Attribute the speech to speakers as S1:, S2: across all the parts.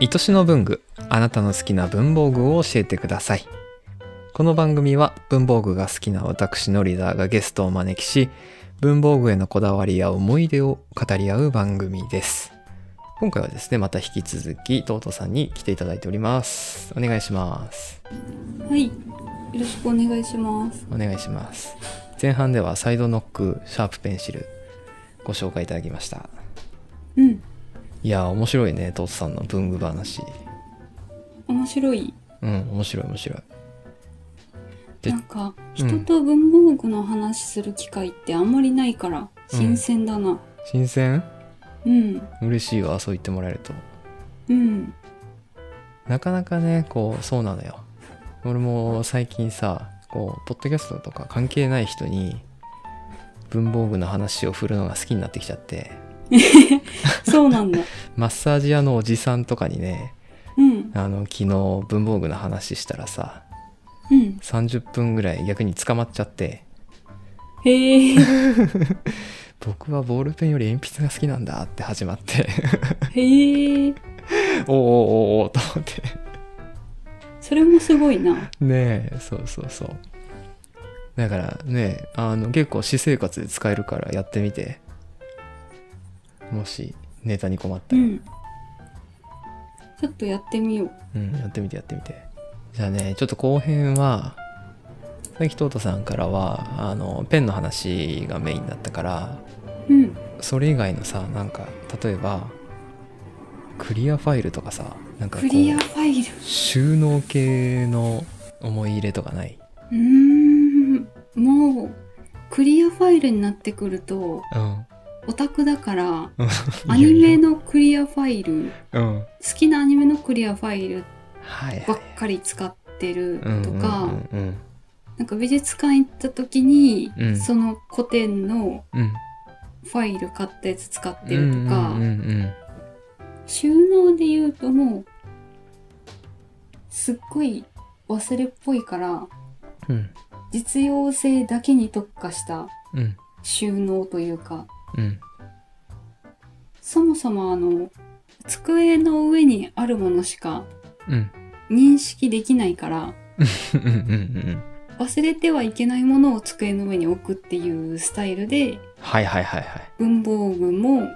S1: 愛しの文具あなたの好きな文房具を教えてくださいこの番組は文房具が好きな私のリーダーがゲストをお招きし文房具へのこだわりや思い出を語り合う番組です今回はですねまた引き続きトートさんに来ていただいておりますお願いします
S2: はい、よろしくお願いします。
S1: お願いします前半ではサイドノックシャープペンシルご紹介いただきました
S2: うん、
S1: いやー面白いねトートさんの文具話
S2: 面白い。
S1: うん面白い面白いで
S2: なんか、
S1: うん
S2: 人と文房具の話する機会ってあんまりないから、
S1: うん
S2: 新鮮だな。
S1: 新鮮
S2: うん、
S1: 嬉しいわそう言ってもらえると
S2: うん、
S1: なかなかねこうそうなのよ俺も最近さこうポッドキャストとか関係ない人に文房具の話を振るのが好きになってきちゃって
S2: そうな んだ。
S1: マッサージ屋のおじさんとかにね
S2: うん、
S1: あの昨日文房具の話したらさ
S2: うん。
S1: 30分ぐらい逆に捕まっちゃって
S2: へえ、
S1: 僕はボールペンより鉛筆が好きなんだって始まって
S2: へえ、
S1: おおおおおと思って
S2: それもすごいな。
S1: ねえそうそうそうだからねあの結構私生活で使えるからやってみてもしネタに困った
S2: う
S1: ら、
S2: ん。ちょっとやってみよ
S1: う
S2: う。
S1: んやってみてやってみてじゃあねちょっと後編はさっきトートさんからはあのペンの話がメインだったから
S2: うん、
S1: それ以外のさなんか例えばクリアファイルとかさなんかこ
S2: クリア
S1: う
S2: ファイル。
S1: 収納系の思い入れとかないう
S2: ーん、もう、クリアファイルになってくると、
S1: うん
S2: オタクだから、ア
S1: いや
S2: ニ
S1: いや
S2: メのクリアファイル。
S1: うん
S2: 好きなアニメのクリアファイル
S1: はいはい
S2: ばっかり使ってるとか、
S1: うんうん
S2: なんか美術館行った時に、
S1: うん
S2: その古典の
S1: うんうん、
S2: ファイル買ったやつ使ってるとか、
S1: うんうんうん
S2: 収納で言うともうすっごい忘れっぽいから
S1: うん
S2: 実用性だけに特化した
S1: うん
S2: 収納というか
S1: うん
S2: そもそもあの机の上にあるものしか
S1: うん
S2: 認識できないから
S1: うんうんうん
S2: 忘れてはいけないものを机の上に置くっていうスタイルで
S1: はいはいはいはい
S2: 文房具も、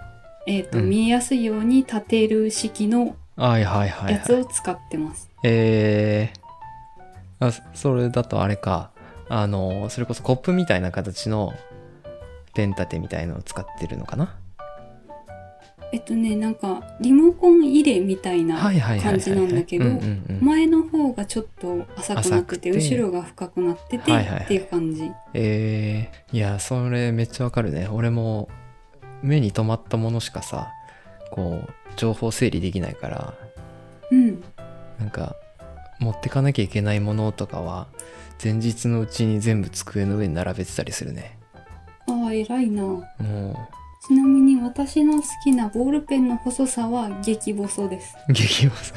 S2: えーと
S1: うん
S2: 見えやすいように立てる式の
S1: はいはいはい
S2: やつ
S1: はい
S2: を使ってます。
S1: えー、あそそれだとあれかあのそれこそコップみたいな形のペン立てみたいのを使ってるのかな
S2: えっとねなんかリモコン入れみたいな
S1: はいはいはいはいはい
S2: 感じなんだけど
S1: うんうんうん、
S2: 前の方がちょっと浅くなってて
S1: 浅くて
S2: 後ろが深くなってて
S1: はいはいはい
S2: っていう感じ。
S1: えー、いやそれめっちゃわかるね俺も目に留まったものしかさこう情報整理できないから
S2: うん
S1: なんか持ってかなきゃいけないものとかは前日のうちに全部机の上に並べてたりするね
S2: ああ偉いな
S1: も
S2: ちなみに私の好きなボールペンの細さは激細です。
S1: う激ヤバさ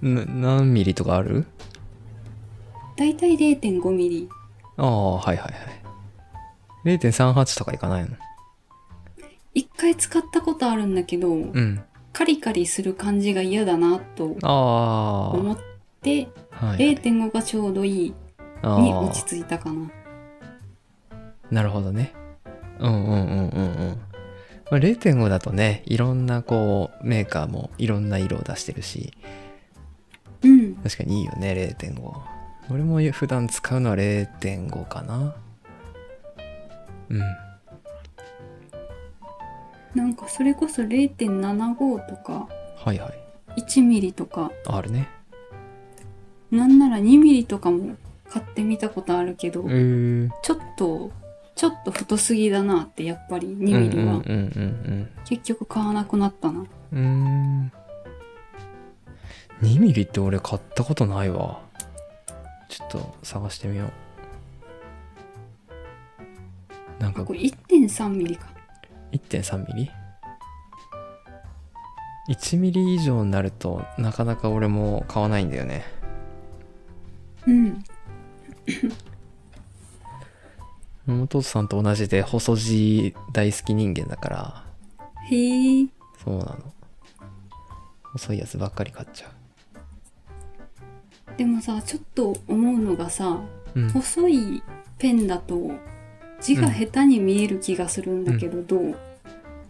S1: な何ミリとかある
S2: だいたい0.5ミリ。
S1: ああはいはいはい0.38とかいかないの
S2: 一回使ったことあるんだけど、
S1: うん
S2: カリカリする感じが嫌だなと
S1: あ
S2: 思って
S1: あ、はいはい、
S2: 0.5がちょうどいい
S1: あ
S2: に
S1: あ
S2: 落ち着いたかな
S1: なるほどねうんうんうんうんうんまあ0.5だとねいろんなこうメーカーもいろんな色を出してるし
S2: うん
S1: 確かにいいよね0.5俺も普段使うのは0.5かなうん
S2: なんかそれこそ0.75とか
S1: はいはい
S2: 1ミリとか
S1: あるね
S2: なんなら2ミリとかも買ってみたことあるけど、
S1: えー、
S2: ちょっとちょっと太すぎだなってやっぱり2
S1: うんうん
S2: ミリは
S1: うん
S2: 結局買わなくなったな
S1: うんうんうーん2ミリって俺買ったことないわちょっと探してみようなん
S2: あ
S1: か
S2: これ1.3ミリか
S1: 1.3ミリ1ミリ以上になるとなかなか俺も買わないんだよね
S2: うん
S1: 元さんと同じで細字大好き人間だから
S2: へえ
S1: そうなの細いやつばっかり買っちゃ
S2: でもさちょっと思うのがさ
S1: ううん
S2: 細いペンだと字が下手に見える気がするんだけど、どう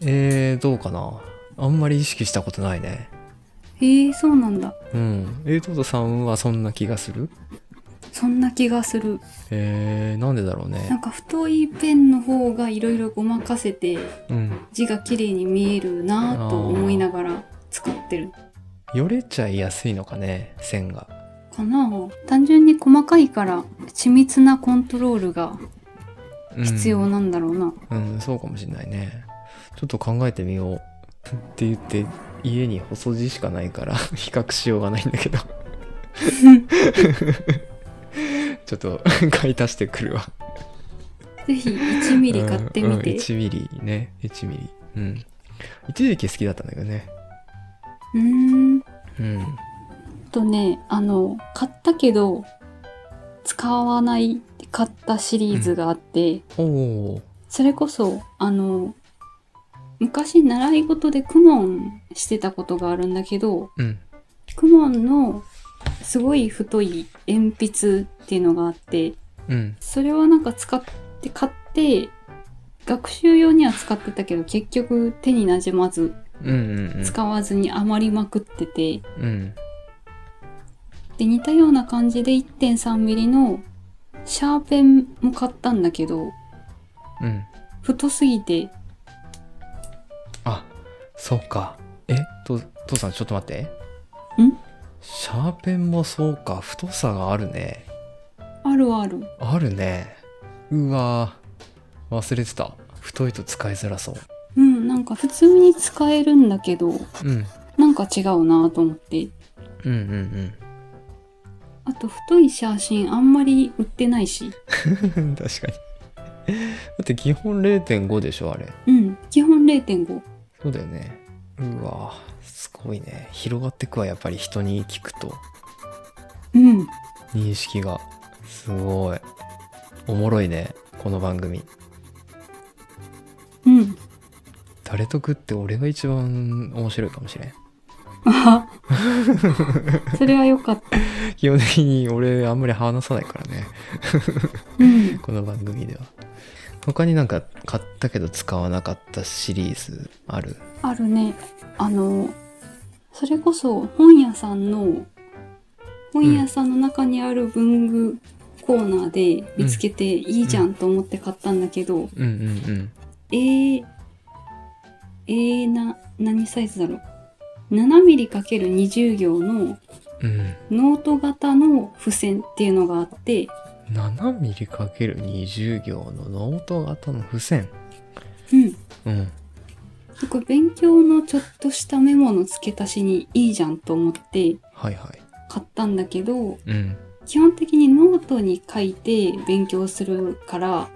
S1: えー、どうかなあんまり意識したことないね
S2: へえそうなんだ
S1: うんえー、トトさんはそんな気がする
S2: そんな気がする
S1: えー、なんでだろう
S2: な
S1: ね
S2: んか太いペンの方がいろいろごまかせて
S1: うん
S2: 字が綺麗に見えるなぁと思いながら使ってる
S1: よれちゃいやすいのかね線が
S2: かなぁ単純に細かいから緻密なコントロールが必要なんだろうな、
S1: うん、うんそうかもしんないねちょっと考えてみようって言って家に細字しかないから 比較しようがないんだけど ちょっと買い足してくるわ
S2: ぜひ1ミリ買ってみて
S1: 1ミリね1ミリうん一時期好きだったんだけどね
S2: うー
S1: う
S2: ん
S1: ん
S2: とねあの買ったけど使わないって買ったシリーズがあって、
S1: おお
S2: それこそあの昔習い事でクモンしてたことがあるんだけど
S1: うん
S2: クモンのすごい太い鉛筆っていうのがあって
S1: うん
S2: それはなんか使って買って学習用には使ってたけど結局手になじまず
S1: うんうんうん
S2: 使わずに余りまくってて、
S1: うん
S2: で似たような感じで 1.3mm のシャーペンも買ったんだけど
S1: うん
S2: 太すぎて
S1: あそうかえと父さんちょっと待って
S2: ん
S1: シャーペンもそうか太さがあるね
S2: あるある
S1: あるねうわー忘れてた太いと使いづらそう
S2: うんなんか普通に使えるんだけど
S1: うん
S2: なんか違うなと思って
S1: うんうん
S2: あと太い写真あんまり売ってないし
S1: うん 確かにだって基本0.5でしょあれ
S2: うん基本0.5
S1: そうだよねうわーすごいね広がってくわやっぱり人に聞くと
S2: うん
S1: 認識がすごいおもろいねこの番組
S2: うん
S1: 誰得って俺が一番面白いかもしれん
S2: あはそれは良かった
S1: 基本的に俺あんまり話さないからね
S2: うん
S1: この番組では他になんか買ったけど使わなかったシリーズある
S2: あるねあのそれこそ本屋さんの本屋さんの中にある文具コーナーで見つけていいじゃんと思って買ったんだけど、
S1: うんうん
S2: えー、えー、な何サイズだろう 7mm×20 行の
S1: うんうん
S2: ノート型の付箋っていうのがあって、
S1: 7ミリ ×20 行のノート型の付箋
S2: うん、
S1: うん
S2: これ勉強のちょっとしたメモの付け足しにいいじゃんと思って
S1: はいはい
S2: 買ったんだけど
S1: うん
S2: 基本的にノートに書いて勉強するから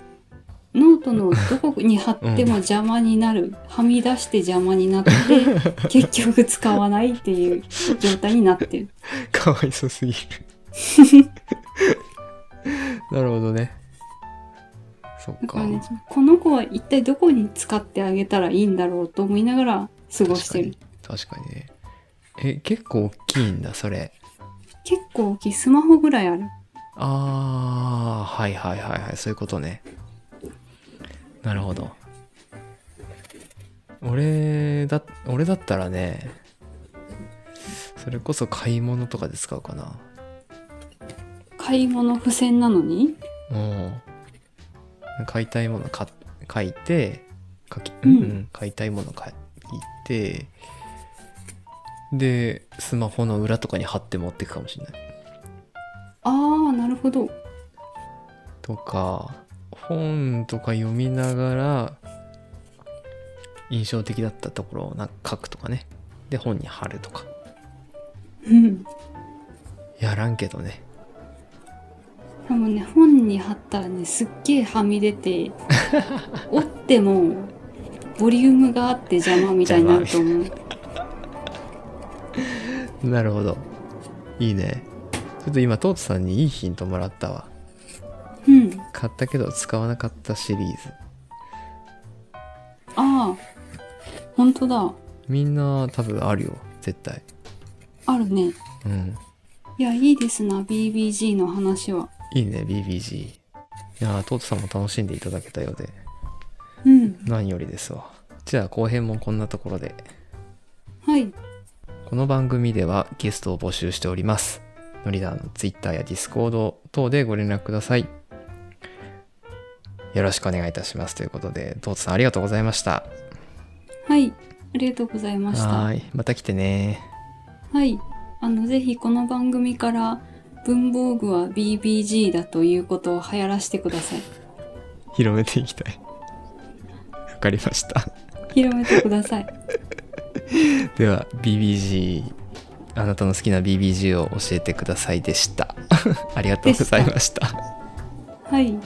S2: ノートのどこに貼っても邪魔になる、はみ出して邪魔になって 結局使わないっていう状態になってる。
S1: かわいそ すぎるなるほどねそっ
S2: だか
S1: から
S2: ね、この子は一体どこに使ってあげたらいいんだろうと思いながら過ごしてる。
S1: 確かに確かにねえ結構大きいんだそれ
S2: 結構大きい、スマホぐらいある。
S1: あーはいはいはいはいそういうことねなるほど俺だ俺だったらねそれこそ買い物とかで使うかな
S2: 買い物付箋なのに
S1: うん買いたいものか書いて書き、う
S2: うんん
S1: うん、買いたいもの書いてでスマホの裏とかに貼って持ってくかもしれない
S2: ああ、なるほど。
S1: とか本とか読みながら印象的だったところをなんか書くとかねで本に貼るとか
S2: うん。
S1: やらんけどね
S2: でもね、本に貼ったらね、すっげえはみ出 て、折っても、ボリュームがあって邪魔みたいになる と思う。
S1: なるほどいいねちょっと今トートさんにいいヒントもらったわ
S2: うん。あ
S1: 買ったけど使わなかったシリーズ
S2: あー、本当だ。
S1: みんな多分あるよ絶対
S2: あるね。
S1: うん
S2: いや、いいですな、BBG の話は。
S1: いいね BBG いやートートさんも楽しんでいただけたようで
S2: うん。
S1: 何よりですわじゃあ後編もこんなところで
S2: はい。
S1: この番組ではゲストを募集しております。ノリダーの Twitter や Discord 等でご連絡ください。よろしくお願いいたしますということで、トートさんありがとうございました。
S2: はい。ありがとうございました。
S1: はーい。また来てね。
S2: はい。あの、ぜひこの番組から文房具は BBG だということを流行らせてください。
S1: 広めていきたい。 わかりました。
S2: 広めてください。
S1: では、BBG、あなたの好きな BBG を教えてくださいでした。ありがとうございました。
S2: はい。